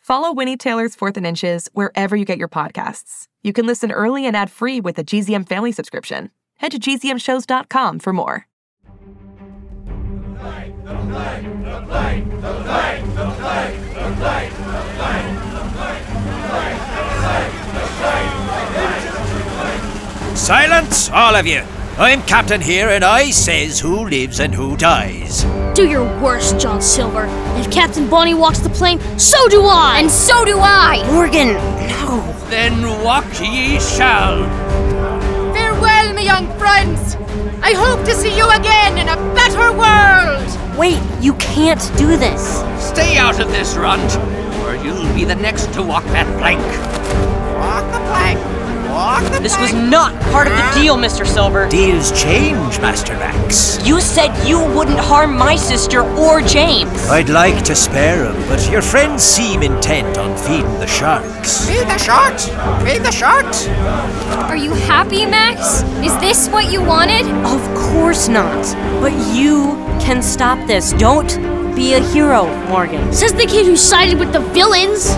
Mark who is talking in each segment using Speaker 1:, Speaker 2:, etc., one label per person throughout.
Speaker 1: Follow Winnie Taylor's Fourth and Inches wherever you get your podcasts. You can listen early and ad free with a GZM family subscription. Head to gzmshows.com for more.
Speaker 2: Silence, all of you! I'm captain here, and I says who lives and who dies.
Speaker 3: Do your worst, John Silver. If Captain Bonnie walks the plane, so do I!
Speaker 4: And so do I!
Speaker 5: Morgan, no.
Speaker 6: Then walk ye shall.
Speaker 4: Farewell, my young friends! I hope to see you again in a better world!
Speaker 5: Wait, you can't do this.
Speaker 6: Stay out of this, runt, or you'll be the next to walk that plank.
Speaker 7: Walk the plank! Walk the
Speaker 8: This was not part of the deal, Mr. Silver.
Speaker 2: Deals change, Master Max.
Speaker 8: You said you wouldn't harm my sister or James.
Speaker 2: I'd like to spare 'em, but your friends seem intent on feeding the sharks.
Speaker 7: Feed the sharks! Feed the sharks!
Speaker 4: Are you happy, Max? Is this what you wanted?
Speaker 5: Of course not. But you can stop this. Don't be a hero, Morgan.
Speaker 3: Says the kid who sided with the villains!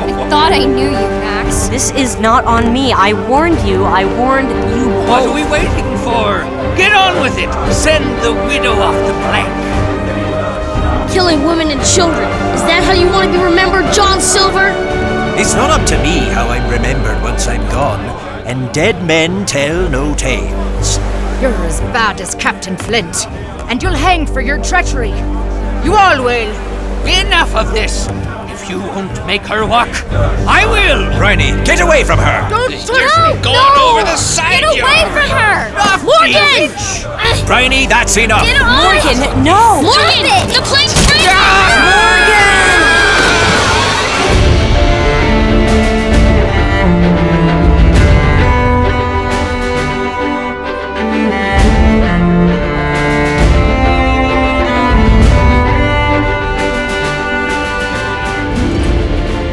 Speaker 4: I thought I knew you, Max.
Speaker 5: This is not on me. I warned you. I warned you
Speaker 6: What are we waiting for? Get on with it! Send the widow off the plank.
Speaker 3: Killing women and children. Is that how you want to be remembered, John Silver?
Speaker 2: It's not up to me how I'm remembered once I'm gone, and dead men tell no tales.
Speaker 4: You're as bad as Captain Flint, and you'll hang for your treachery. You all will.
Speaker 6: Enough of this! If you won't make her walk, I will!
Speaker 2: Briny, get away from her!
Speaker 4: Don't
Speaker 6: Here's me going over the side!
Speaker 4: Get away
Speaker 6: yard.
Speaker 4: from her!
Speaker 6: Off,
Speaker 3: Morgan!
Speaker 2: Briny, that's enough!
Speaker 4: Get off!
Speaker 5: Morgan, no.
Speaker 3: Morgan! The plane's landing!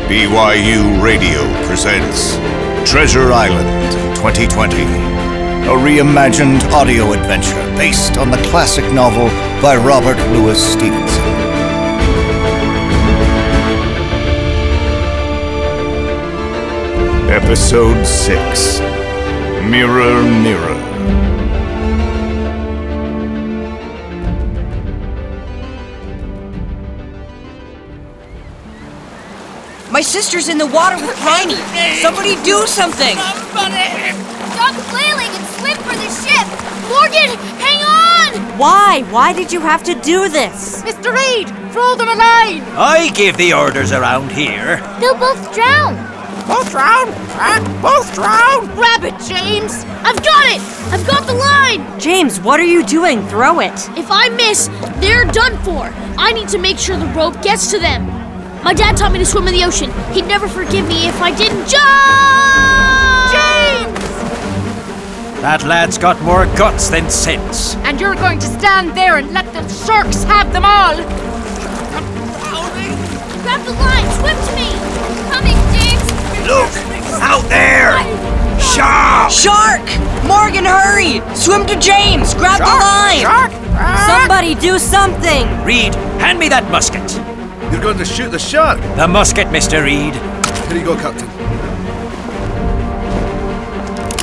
Speaker 9: BYU Radio presents Treasure Island 2020, a reimagined audio adventure based on the classic novel by Robert Louis Stevenson. Episode 6 Mirror, Mirror.
Speaker 8: My sister's in the water with Piney. Somebody do something.
Speaker 3: Stop flailing and swim for the ship! Morgan, hang on!
Speaker 5: Why? Why did you have to do this?
Speaker 4: Mr. Reed, throw them a line!
Speaker 2: I give the orders around here.
Speaker 3: They'll both drown!
Speaker 7: Both drown! Ah, both drown!
Speaker 4: Grab it, James!
Speaker 3: I've got it! I've got the line!
Speaker 5: James, what are you doing? Throw it.
Speaker 3: If I miss, they're done for. I need to make sure the rope gets to them. My dad taught me to swim in the ocean. He'd never forgive me if I didn't jump! James!
Speaker 2: That lad's got more guts than sense.
Speaker 4: And you're going to stand there and let the sharks have them all!
Speaker 3: Grab the line! Swim to me! Coming, James!
Speaker 2: Look! Out there! Sharp!
Speaker 8: Shark! Morgan, hurry! Swim to James! Grab the line!
Speaker 7: Shark! Ah,
Speaker 5: Somebody do something.
Speaker 2: Reed, hand me that musket.
Speaker 10: You're going to shoot the shark?
Speaker 2: The musket, Mr. Reed.
Speaker 10: Here you go, Captain.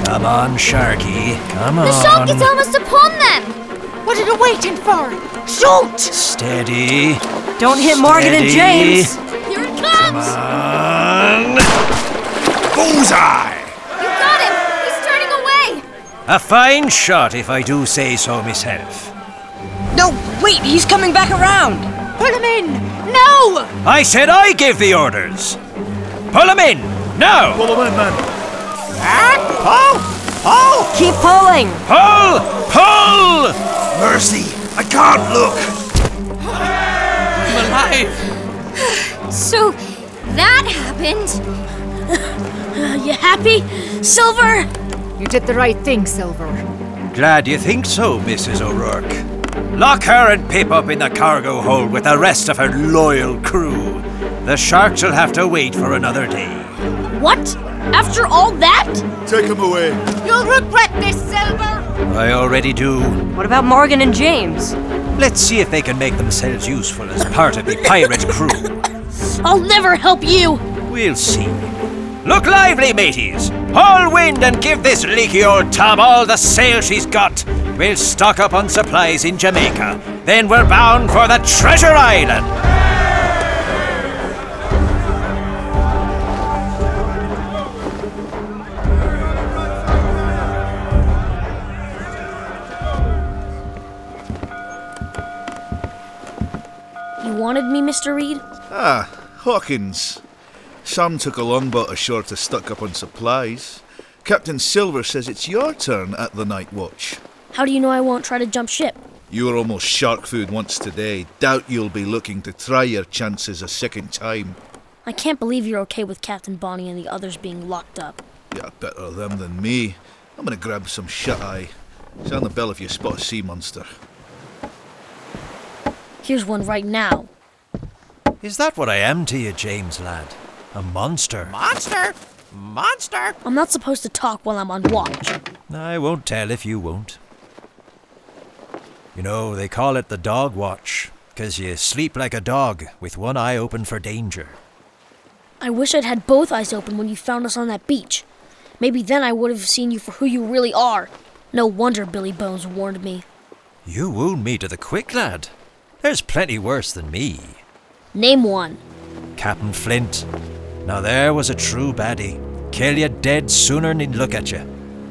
Speaker 2: Come on, Sharky. Come on.
Speaker 3: The shark is almost upon them!
Speaker 4: What are you waiting for? Shoot!
Speaker 2: Steady.
Speaker 5: Don't hit Morgan and
Speaker 2: Steady.
Speaker 5: James.
Speaker 3: Here it comes!
Speaker 2: On. Bullseye!
Speaker 3: You got him! He's turning away!
Speaker 2: A fine shot, if I do say so myself.
Speaker 8: No, wait, he's coming back around.
Speaker 4: Pull him in! No!
Speaker 2: I said I give the orders. Pull him in now.
Speaker 10: Pull him in, man.
Speaker 7: ah, pull! Pull!
Speaker 5: Keep pulling.
Speaker 2: Pull, pull.
Speaker 9: Mercy, I can't look!
Speaker 6: I'm alive!
Speaker 4: So,
Speaker 3: that happened. you happy, Silver?
Speaker 4: You did the right thing, Silver.
Speaker 2: Glad you think so, Mrs. O'Rourke. Lock her and Pip up in the cargo hold with the rest of her loyal crew. The sharks will have to wait for another day.
Speaker 3: What? After all that?
Speaker 2: Take him away.
Speaker 4: You'll regret this, Silver!
Speaker 2: I already do.
Speaker 5: What about Morgan and James?
Speaker 2: Let's see if they can make themselves useful as part of the pirate crew.
Speaker 3: I'll never help you.
Speaker 2: We'll see. Look lively, mateys! Haul wind and give this leaky old tub all the sail she's got! We'll stock up on supplies in Jamaica. Then we're bound for the treasure island!
Speaker 3: You wanted me, Mr. Reed?
Speaker 10: Ah, Hawkins. Sam took a longboat ashore to stock up on supplies. Captain Silver says it's your turn at the night watch.
Speaker 3: How do you know I won't try to jump ship?
Speaker 10: You were almost shark food once today. Doubt you'll be looking to try your chances a second time.
Speaker 3: I can't believe you're okay with Captain Bonnie and the others being locked up.
Speaker 10: Yeah, better them than me. I'm gonna grab some shut eye. Sound the bell if you spot a sea monster.
Speaker 3: Here's one right now.
Speaker 2: Is that what I am to you, James, lad? A monster?
Speaker 3: Monster! Monster! I'm not supposed to talk while I'm on watch.
Speaker 2: I won't tell if you won't. You know, they call it the dog watch, 'cause you sleep like a dog with one eye open for danger.
Speaker 3: I wish I'd had both eyes open when you found us on that beach. Maybe then I would have seen you for who you really are. No wonder Billy Bones warned me.
Speaker 2: You wound me to the quick, lad. There's plenty worse than me.
Speaker 3: Name one.
Speaker 2: Captain Flint. Now there was a true baddie. Kill you dead sooner'n he'd look at you.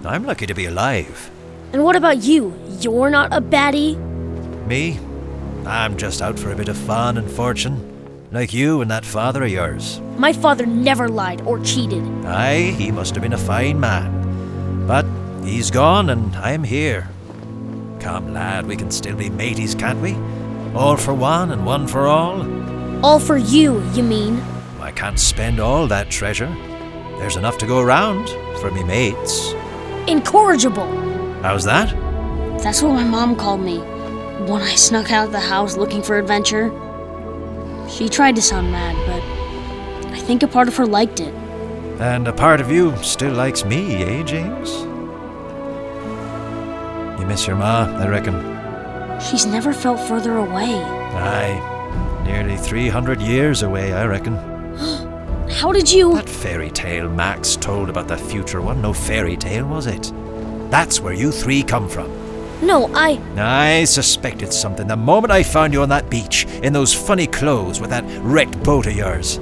Speaker 2: I'm lucky to be alive.
Speaker 3: And what about you? You're not a baddie?
Speaker 2: Me? I'm just out for a bit of fun and fortune. Like you and that father of yours.
Speaker 3: My father never lied or cheated.
Speaker 2: Aye, he must have been a fine man. But he's gone and I'm here. Come, lad, we can still be mateys, can't we? All for one and one for all.
Speaker 3: All for you, you mean?
Speaker 2: I can't spend all that treasure. There's enough to go around for me mates.
Speaker 3: Incorrigible.
Speaker 2: How's that?
Speaker 11: That's what my mom called me when I snuck out of the house looking for adventure. She tried to sound mad, but I think a part of her liked it.
Speaker 2: And a part of you still likes me, eh, James? You miss your ma, I reckon.
Speaker 11: She's never felt further away.
Speaker 2: Aye. Nearly 300 years away, I reckon.
Speaker 11: How did you?
Speaker 2: That fairy tale Max told about the future one, no fairy tale, was it? That's where you three come from.
Speaker 3: No, I.
Speaker 2: I suspected something the moment I found you on that beach, in those funny clothes with that wrecked boat of yours.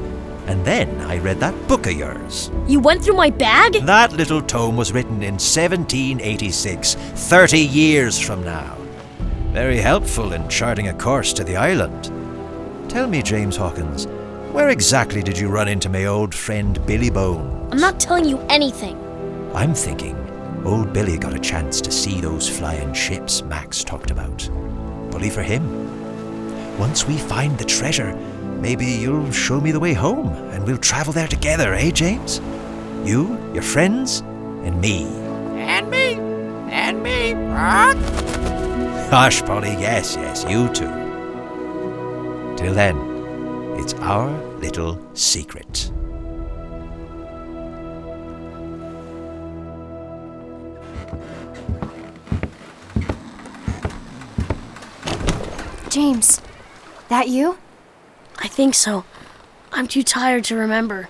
Speaker 2: And then I read that book of yours.
Speaker 3: You went through my bag?
Speaker 2: That little tome was written in 1786, 30 years from now. Very helpful in charting a course to the island. Tell me, James Hawkins, where exactly did you run into my old friend Billy Bone?
Speaker 3: I'm not telling you anything.
Speaker 2: I'm thinking old Billy got a chance to see those flying ships Max talked about. Bully for him. Once we find the treasure, maybe you'll show me the way home and we'll travel there together, eh, James? You, your friends, and me.
Speaker 7: And me. And me. Ah,
Speaker 2: Hush, Polly, yes, yes, you too. Till then, it's our little secret.
Speaker 12: James, that you?
Speaker 3: I think so. I'm too tired to remember.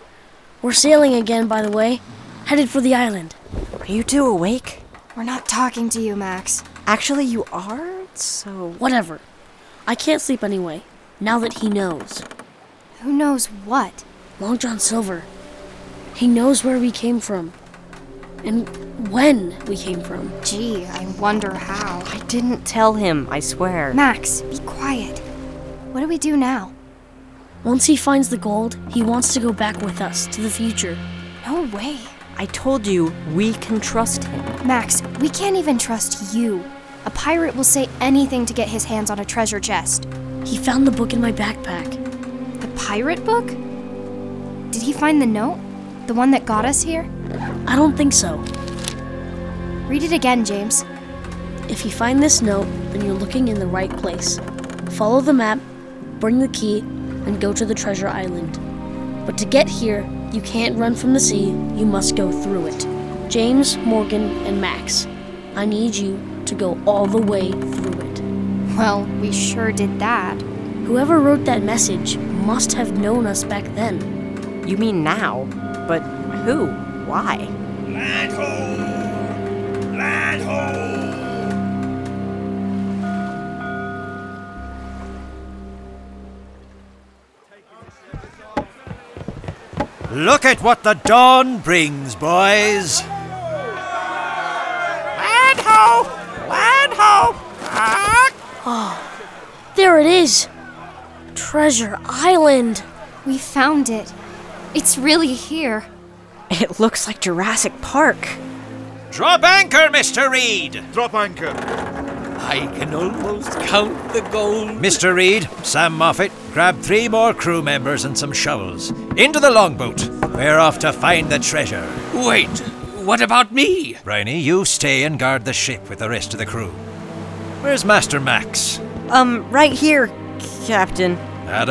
Speaker 3: We're sailing again, by the way, headed for the island.
Speaker 5: Are you two awake?
Speaker 12: We're not talking to you, Max.
Speaker 5: Actually, you are, so.
Speaker 3: Whatever. I can't sleep anyway, now that he knows.
Speaker 12: Who knows what?
Speaker 3: Long John Silver. He knows where we came from. And when we came from.
Speaker 12: Gee, I wonder how.
Speaker 5: I didn't tell him, I swear.
Speaker 12: Max, be quiet. What do we do now?
Speaker 3: Once he finds the gold, he wants to go back with us to the future.
Speaker 12: No way.
Speaker 5: I told you, we can trust him.
Speaker 12: Max, we can't even trust you. A pirate will say anything to get his hands on a treasure chest.
Speaker 3: He found the book in my backpack.
Speaker 12: The pirate book? Did he find the note? The one that got us here?
Speaker 3: I don't think so.
Speaker 12: Read it again, James.
Speaker 3: If you find this note, then you're looking in the right place. Follow the map, bring the key, and go to the treasure island. But to get here, you can't run from the sea, you must go through it. James, Morgan, and Max, I need you to go all the way through it.
Speaker 12: Well, we sure did that.
Speaker 3: Whoever wrote that message must have known us back then.
Speaker 5: You mean now? But who? Why?
Speaker 6: Land ho! Land ho!
Speaker 2: Look at what the dawn brings, boys!
Speaker 7: Land ho! Land ho! Ah!
Speaker 3: Oh, there it is! Treasure Island!
Speaker 12: We found it. It's really here.
Speaker 5: It looks like Jurassic Park.
Speaker 2: Drop anchor, Mr. Reed!
Speaker 10: Drop anchor.
Speaker 6: I can almost count the gold.
Speaker 2: Mr. Reed, Sam Moffat, grab three more crew members and some shovels. Into the longboat. We're off to find the treasure.
Speaker 6: Wait, what about me?
Speaker 2: Briny, you stay and guard the ship with the rest of the crew. Where's Master Max?
Speaker 5: Um, right here, Captain.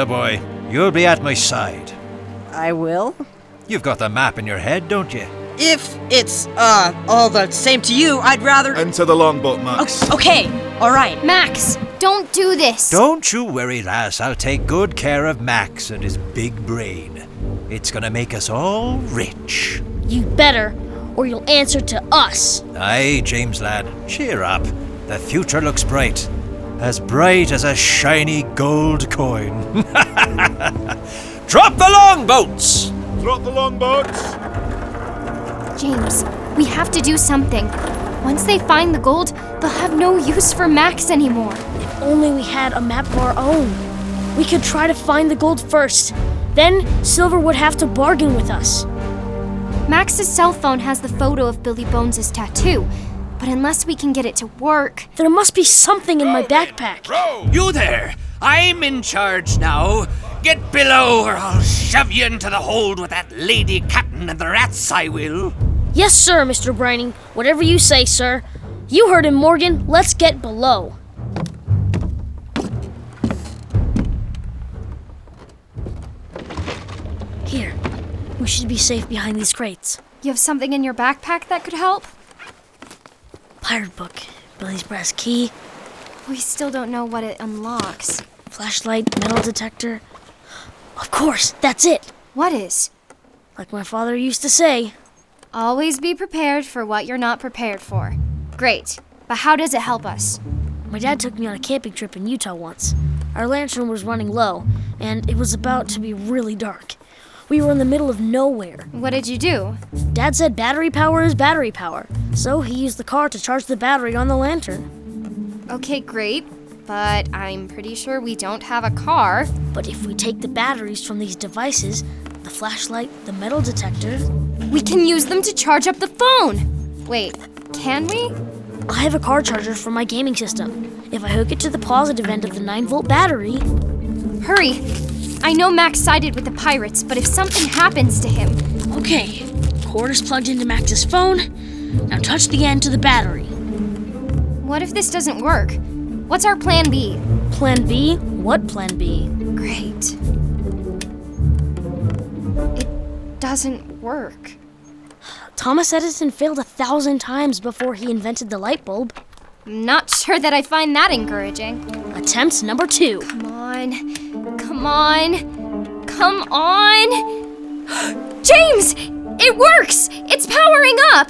Speaker 2: boy, You'll be at my side.
Speaker 5: I will?
Speaker 2: You've got the map in your head, don't you?
Speaker 8: If it's, uh, all the same to you, I'd rather.
Speaker 10: Enter the longboat, Max.
Speaker 8: O- okay, alright.
Speaker 12: Max, don't do this.
Speaker 2: Don't you worry, lass. I'll take good care of Max and his big brain. It's gonna make us all rich.
Speaker 3: You better, or you'll answer to us.
Speaker 2: Aye, James, lad. Cheer up. The future looks bright. As bright as a shiny gold coin. Drop the longboats!
Speaker 10: Drop the longboats!
Speaker 12: James, we have to do something. Once they find the gold, they'll have no use for Max anymore.
Speaker 3: If only we had a map of our own. We could try to find the gold first. Then Silver would have to bargain with us.
Speaker 12: Max's cell phone has the photo of Billy Bones' tattoo, but unless we can get it to work.
Speaker 3: There must be something in my backpack.
Speaker 6: You there! I'm in charge now. Get below, or I'll shove you into the hold with that lady captain and the rats, I will.
Speaker 3: Yes, sir, Mr. Brining. Whatever you say, sir. You heard him, Morgan. Let's get below. Here. We should be safe behind these crates.
Speaker 12: You have something in your backpack that could help?
Speaker 3: Pirate book. Billy's brass key.
Speaker 12: We still don't know what it unlocks.
Speaker 3: Flashlight, metal detector. Of course, that's it.
Speaker 12: What is?
Speaker 3: Like my father used to say,
Speaker 12: always be prepared for what you're not prepared for. Great, but how does it help us?
Speaker 3: My dad took me on a camping trip in Utah once. Our lantern was running low, and it was about to be really dark. We were in the middle of nowhere.
Speaker 12: What did you do?
Speaker 3: Dad said battery power is battery power, so he used the car to charge the battery on the lantern.
Speaker 12: Okay, great, but I'm pretty sure we don't have a car.
Speaker 3: But if we take the batteries from these devices, the flashlight, the metal detector.
Speaker 12: We can use them to charge up the phone! Wait, can we?
Speaker 3: I have a car charger for my gaming system. If I hook it to the positive end of the 9 volt battery.
Speaker 12: Hurry! I know Max sided with the pirates, but if something happens to him.
Speaker 3: Okay, cord is plugged into Max's phone. Now touch the end to the battery.
Speaker 12: What if this doesn't work? What's our plan B?
Speaker 3: Plan B? What plan B?
Speaker 12: Great doesn't work.
Speaker 3: Thomas Edison failed a thousand times before he invented the light bulb.
Speaker 12: I'm not sure that I find that encouraging.
Speaker 3: Attempt number two.
Speaker 12: Come on. Come on. Come on. James! It works! It's powering up!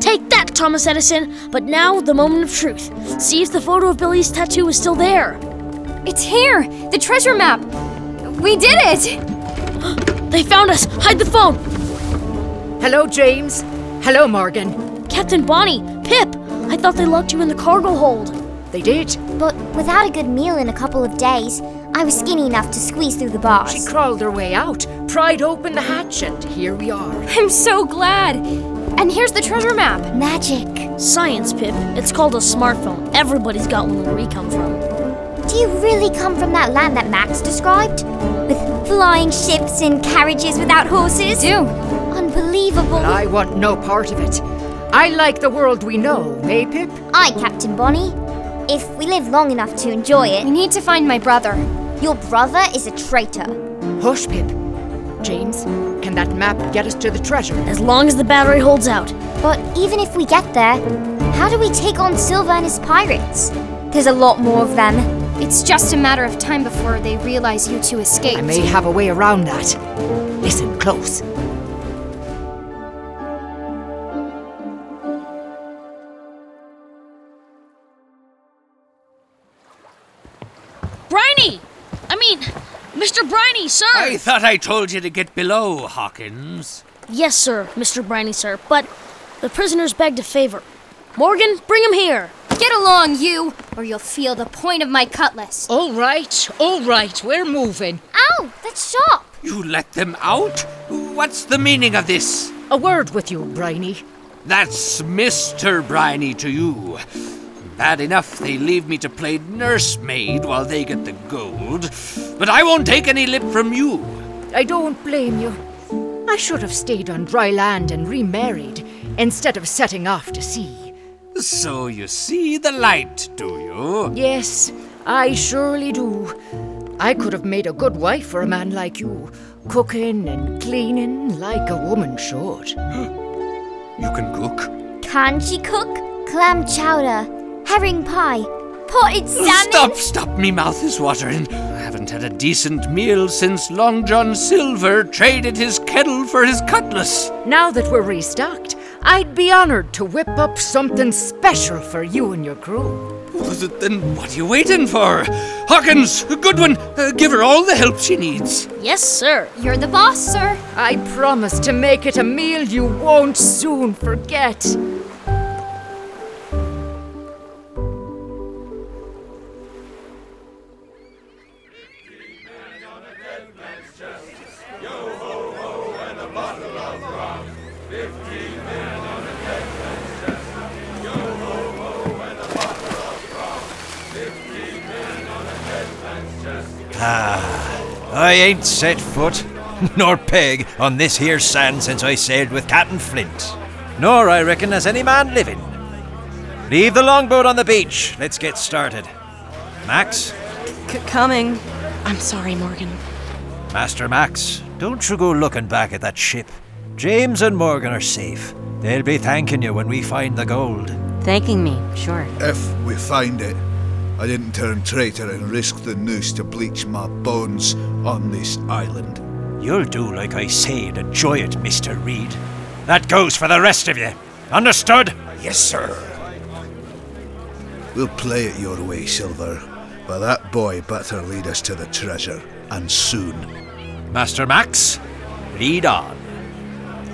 Speaker 3: Take that, Thomas Edison! But now, the moment of truth. See if the photo of Billy's tattoo is still there.
Speaker 12: It's here! The treasure map! We did it!
Speaker 3: They found us! Hide the phone!
Speaker 13: Hello, James. Hello, Morgan.
Speaker 3: Captain Bonnie, Pip! I thought they locked you in the cargo hold.
Speaker 13: They did.
Speaker 14: But without a good meal in a couple of days, I was skinny enough to squeeze through the bars.
Speaker 13: She crawled her way out, pried open the hatch, and here we are.
Speaker 12: I'm so glad! And here's the treasure map.
Speaker 14: Magic.
Speaker 3: Science, Pip. It's called a smartphone. Everybody's got one where we come from.
Speaker 14: Do you really come from that land that Max described? With flying ships and carriages without horses?
Speaker 12: Do.
Speaker 14: Unbelievable.
Speaker 13: But I want no part of it. I like the world we know, eh, Pip?
Speaker 14: Aye, Captain Bonnie. If we live long enough to enjoy it.
Speaker 12: We need to find my brother.
Speaker 14: Your brother is a traitor.
Speaker 13: Hush, Pip. James, can that map get us to the treasure?
Speaker 11: As long as the battery holds out.
Speaker 14: But even if we get there, how do we take on Silver and his pirates? There's a lot more of them.
Speaker 12: It's just a matter of time before they realize you two escaped. I
Speaker 13: may have a way around that. Listen close.
Speaker 11: Briny! I mean, Mr. Briny, sir!
Speaker 6: I thought I told you to get below, Hawkins.
Speaker 11: Yes, sir, Mr. Briny, sir, but the prisoners begged a favor. Morgan, bring him here!
Speaker 12: Get along, you, or you'll feel the point of my cutlass.
Speaker 15: All right, all right, we're moving.
Speaker 14: Oh,
Speaker 12: Ow, that sharp!
Speaker 6: You let them out? What's the meaning of this?
Speaker 15: A word with you, Briny.
Speaker 6: That's Mr. Briny to you. Bad enough they leave me to play nursemaid while they get the gold, but I won't take any lip from you.
Speaker 15: I don't blame you. I should have stayed on dry land and remarried instead of setting off to sea.
Speaker 6: So you see the light, do you?
Speaker 15: Yes, I surely do. I could have made a good wife for a man like you, cooking and cleaning like a woman should.
Speaker 6: you can cook?
Speaker 14: Can she cook? Clam chowder, herring pie, potted salmon.
Speaker 6: Stop, stop, me mouth is watering. I haven't had a decent meal since Long John Silver traded his kettle for his cutlass.
Speaker 15: Now that we're restocked, I'd be honored to whip up something special for you and your crew.
Speaker 6: Well, then what are you waiting for? Hawkins, Goodwin, uh, give her all the help she needs.
Speaker 11: Yes, sir.
Speaker 12: You're the boss, sir.
Speaker 15: I promise to make it a meal you won't soon forget.
Speaker 2: Ah, I ain't set foot, nor peg, on this here sand since I sailed with Captain Flint. Nor, I reckon, has any man living. Leave the longboat on the beach. Let's get started. Max?
Speaker 5: C- coming. I'm sorry, Morgan.
Speaker 2: Master Max, don't you go looking back at that ship. James and Morgan are safe. They'll be thanking you when we find the gold.
Speaker 5: Thanking me, sure.
Speaker 10: If we find it. I didn't turn traitor and risk the noose to bleach my bones on this island.
Speaker 2: You'll do like I say and enjoy it, Mr. Reed. That goes for the rest of you. Understood?
Speaker 10: Yes, sir. We'll play it your way, Silver, but that boy better lead us to the treasure, and soon.
Speaker 2: Master Max, lead on.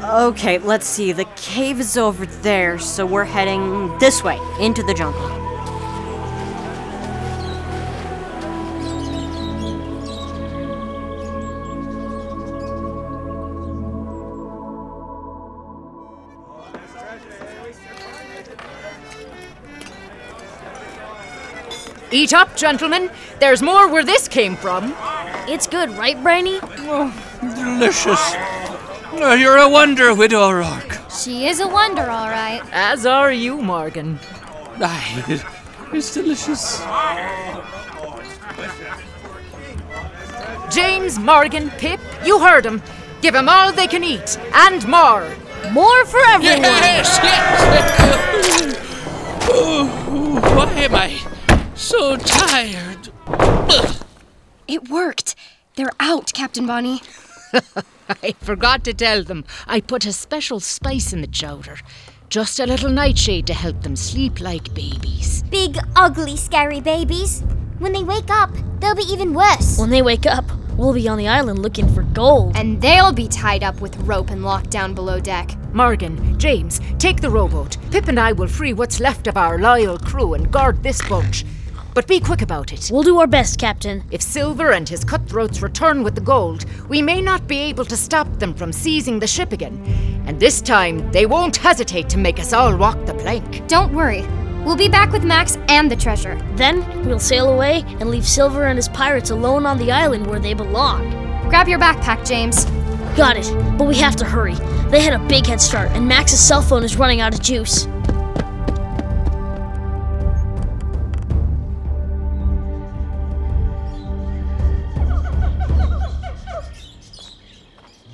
Speaker 5: Okay, let's see. The cave is over there, so we're heading this way, into the jungle.
Speaker 15: Eat up, gentlemen. There's more where this came from.
Speaker 11: It's good, right, Briny?
Speaker 6: Oh, delicious. Uh, You're a wonder, Widow O'Rourke.
Speaker 12: She is a wonder, all right.
Speaker 15: As are you, Morgan.
Speaker 6: Aye, it's delicious.
Speaker 15: James, Morgan, Pip, you heard 'em. Give 'em all they can eat, and more.
Speaker 11: More for everyone.
Speaker 6: Yes, yes. oh, why am I so tired.
Speaker 12: It worked. They're out, Captain Bonnie.
Speaker 15: I forgot to tell them. I put a special spice in the chowder. Just a little nightshade to help them sleep like babies.
Speaker 14: Big, ugly, scary babies. When they wake up, they'll be even worse.
Speaker 11: When they wake up, we'll be on the island looking for gold.
Speaker 12: And they'll be tied up with rope and locked down below deck.
Speaker 15: Morgan, James, take the rowboat. Pip and I will free what's left of our loyal crew and guard this bunch. But be quick about it.
Speaker 11: We'll do our best, Captain.
Speaker 15: If Silver and his cutthroats return with the gold, we may not be able to stop them from seizing the ship again. And this time, they won't hesitate to make us all walk the plank.
Speaker 12: Don't worry. We'll be back with Max and the treasure.
Speaker 11: Then, we'll sail away and leave Silver and his pirates alone on the island where they belong.
Speaker 12: Grab your backpack, James.
Speaker 3: Got it, but we have to hurry. They had a big head start, and Max's cell phone is running out of juice.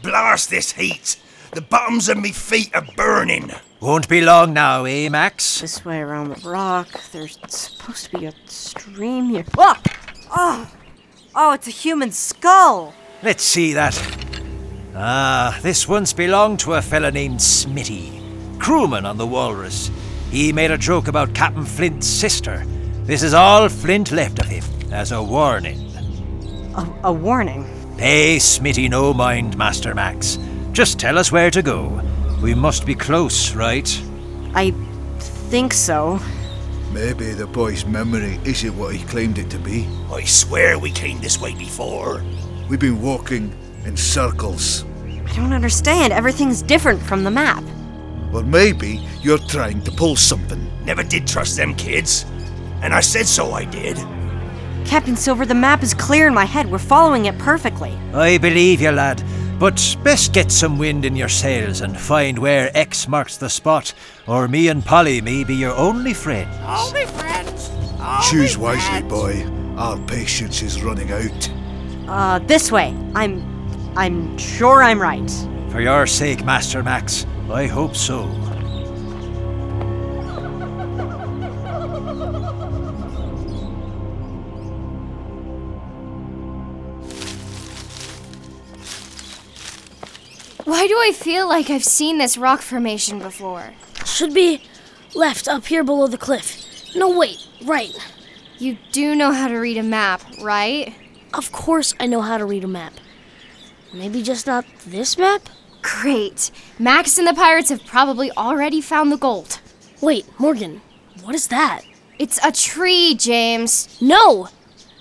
Speaker 16: Blast this heat! The bottoms of me feet are burning.
Speaker 2: Won't be long now, eh, Max?
Speaker 5: This way around the rock. There's supposed to be a stream here. Oh! Oh! Oh, it's a human skull!
Speaker 2: Let's see that. Ah, this once belonged to a fella named Smitty, crewman on the Walrus. He made a joke about Captain Flint's sister. This is all Flint left of him, as a warning.
Speaker 5: A, a warning.
Speaker 2: Pay Smitty no mind, Master Max. Just tell us where to go. We must be close, right?
Speaker 5: I think so.
Speaker 10: Maybe the boy's memory isn't what he claimed it to be.
Speaker 16: I swear we came this way before.
Speaker 10: We've been walking in circles.
Speaker 5: I don't understand. Everything's different from the map.
Speaker 10: Or maybe you're trying to pull something.
Speaker 16: Never did trust them kids. And I said so I did.
Speaker 5: Captain Silver, the map is clear in my head. We're following it perfectly.
Speaker 2: I believe you, lad. But best get some wind in your sails and find where X marks the spot, or me and Polly may be your only friend.
Speaker 7: Only friends.
Speaker 10: Choose wisely, boy. Our patience is running out.
Speaker 5: Uh, this way. I'm. I'm sure I'm right.
Speaker 2: For your sake, Master Max, I hope so.
Speaker 12: Why do I feel like I've seen this rock formation before?
Speaker 3: Should be left up here below the cliff. No, wait, right.
Speaker 12: You do know how to read a map, right?
Speaker 3: Of course, I know how to read a map. Maybe just not this map?
Speaker 12: Great. Max and the pirates have probably already found the gold.
Speaker 3: Wait, Morgan, what is that?
Speaker 12: It's a tree, James.
Speaker 3: No!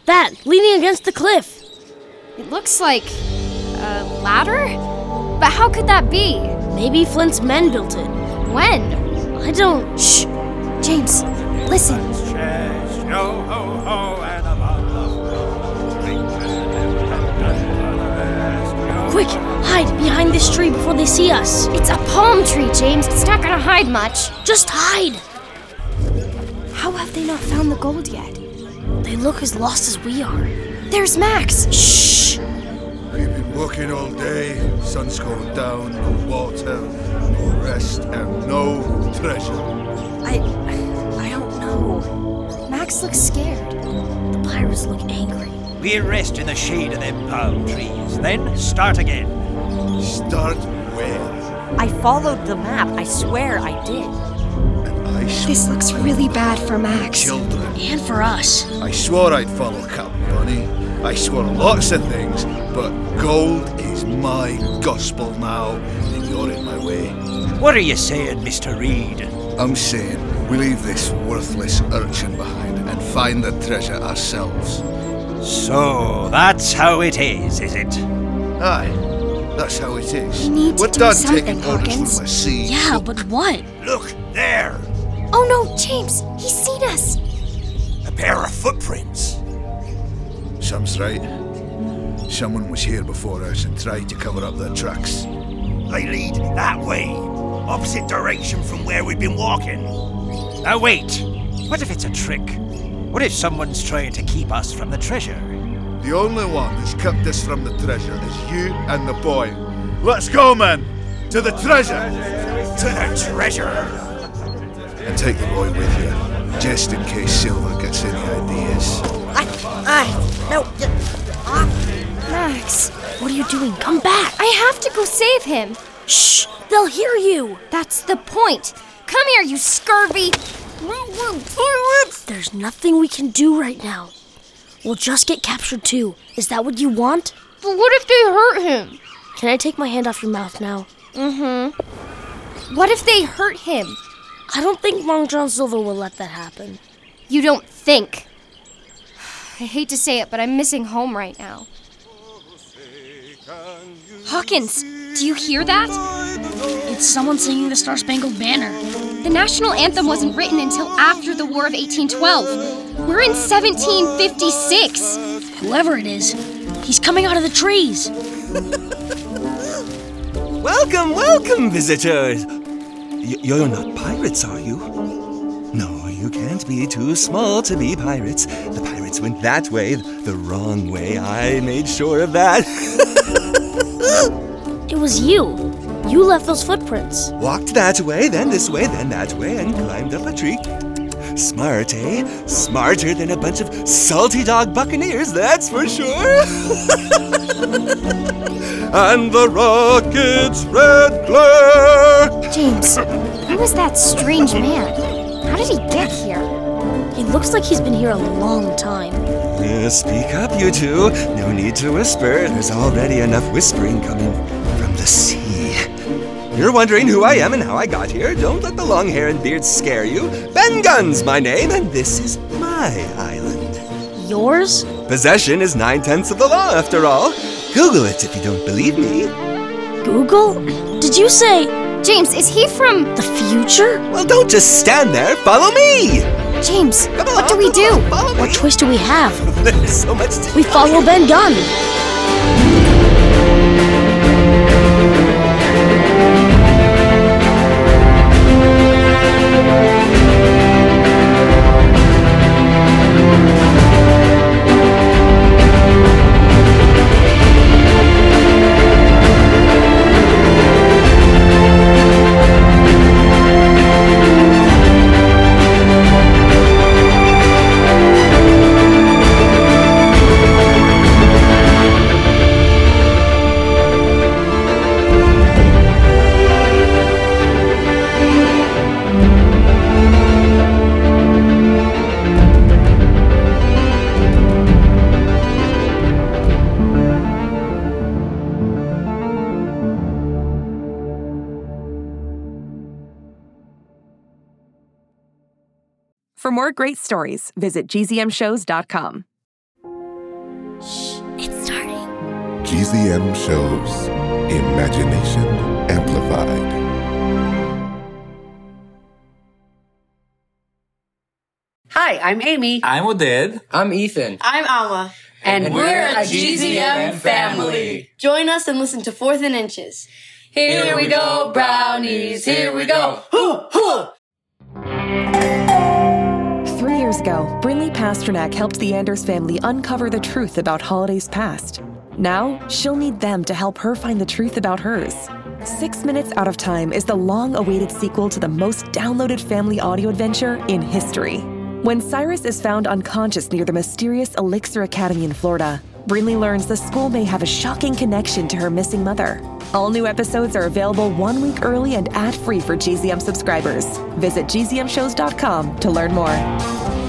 Speaker 3: That, leaning against the cliff.
Speaker 12: It looks like a ladder? But how could that be?
Speaker 3: Maybe Flint's men built it.
Speaker 12: When?
Speaker 3: I don't.
Speaker 12: Shh! James, listen.
Speaker 3: Quick, hide behind this tree before they see us.
Speaker 12: It's a palm tree, James. It's not gonna hide much.
Speaker 3: Just hide.
Speaker 12: How have they not found the gold yet?
Speaker 3: They look as lost as we are.
Speaker 12: There's Max. Shh.
Speaker 10: We've been working all day. Sun's going down. No water, no rest, and no treasure.
Speaker 5: I, I don't know.
Speaker 12: Max looks scared.
Speaker 3: The pirates look angry.
Speaker 2: We'll rest in the shade of them palm trees. Then start again.
Speaker 10: Start where?
Speaker 5: I followed the map. I swear I did.
Speaker 10: I sw-
Speaker 12: this looks really bad for Max.
Speaker 10: Children.
Speaker 3: And for us.
Speaker 10: I swore I'd follow Captain Bunny. I swore lots of things, but gold is my gospel now, and you're in my way.
Speaker 2: What are you saying, Mr. Reed?
Speaker 10: I'm saying we leave this worthless urchin behind and find the treasure ourselves.
Speaker 2: So that's how it is, is it?
Speaker 10: Aye, that's how it is.
Speaker 12: We need to
Speaker 10: We're
Speaker 12: do
Speaker 10: done
Speaker 12: something,
Speaker 10: taking orders
Speaker 12: Hawkins.
Speaker 10: from a sea.
Speaker 3: Yeah, but what?
Speaker 16: Look there!
Speaker 12: Oh no, James! He's seen us!
Speaker 16: A pair of footprints.
Speaker 10: Some's right. Someone was here before us and tried to cover up their tracks.
Speaker 16: They lead that way, opposite direction from where we've been walking.
Speaker 2: Now wait! What if it's a trick? What if someone's trying to keep us from the treasure?
Speaker 10: The only one who's kept us from the treasure is you and the boy. Let's go, man! To the treasure!
Speaker 16: To the treasure!
Speaker 10: And take the boy with you, just in case Silver gets any ideas.
Speaker 5: I, I, no.
Speaker 3: ah.
Speaker 12: Max,
Speaker 3: What are you doing? Come back!
Speaker 12: I have to go save him!
Speaker 3: Shh! They'll hear you!
Speaker 12: That's the point! Come here, you scurvy!
Speaker 3: There's nothing we can do right now. We'll just get captured too. Is that what you want?
Speaker 4: But what if they hurt him?
Speaker 3: Can I take my hand off your mouth now?
Speaker 12: Mm-hmm. What if they hurt him?
Speaker 3: I don't think Long John Silver will let that happen.
Speaker 12: You don't think. I hate to say it, but I'm missing home right now. Hawkins, do you hear that?
Speaker 11: It's someone singing the Star Spangled Banner.
Speaker 12: The national anthem wasn't written until after the War of 1812. We're in 1756.
Speaker 11: Whoever it is, he's coming out of the trees.
Speaker 17: Welcome, welcome, visitors! Y- you're not pirates, are you? No, you can't be too small to be pirates. The pirates went that way, the wrong way. I made sure of that.
Speaker 3: It was you. You left those footprints.
Speaker 17: Walked that way, then this way, then that way, and climbed up a tree. Smart, eh? Smarter than a bunch of salty dog buccaneers, that's for sure. and the rocket's red glare.
Speaker 14: James, who is that strange man? How did he get here?
Speaker 3: He looks like he's been here a long time.
Speaker 17: Yeah, speak up, you two. No need to whisper. There's already enough whispering coming from the sea. You're wondering who I am and how I got here? Don't let the long hair and beard scare you. Ben Gunn's my name, and this is my island.
Speaker 3: Yours?
Speaker 17: Possession is nine tenths of the law, after all. Google it if you don't believe me.
Speaker 3: Google? Did you say.
Speaker 14: James, is he from
Speaker 3: the future?
Speaker 17: Well, don't just stand there. Follow me.
Speaker 14: James, what do we do?
Speaker 3: What choice do we have?
Speaker 17: There's so much to
Speaker 3: We follow Ben Gunn.
Speaker 1: For more great stories, visit gzmshows.com.
Speaker 18: GZM shows Imagination Amplified.
Speaker 19: Hi, I'm Amy.
Speaker 20: I'm Oded. I'm Ethan.
Speaker 21: I'm Alma.
Speaker 20: And we're a GZM family.
Speaker 21: Join us and listen to Fourth and Inches.
Speaker 19: Here we go, brownies. Here we go.
Speaker 1: Three years ago, Brinley Pasternak helped the Anders family uncover the truth about Holiday's past. Now, she'll need them to help her find the truth about hers. Six Minutes Out of Time is the long awaited sequel to the most downloaded family audio adventure in history. When Cyrus is found unconscious near the mysterious Elixir Academy in Florida, Brinley learns the school may have a shocking connection to her missing mother. All new episodes are available one week early and ad free for GZM subscribers. Visit gzmshows.com to learn more.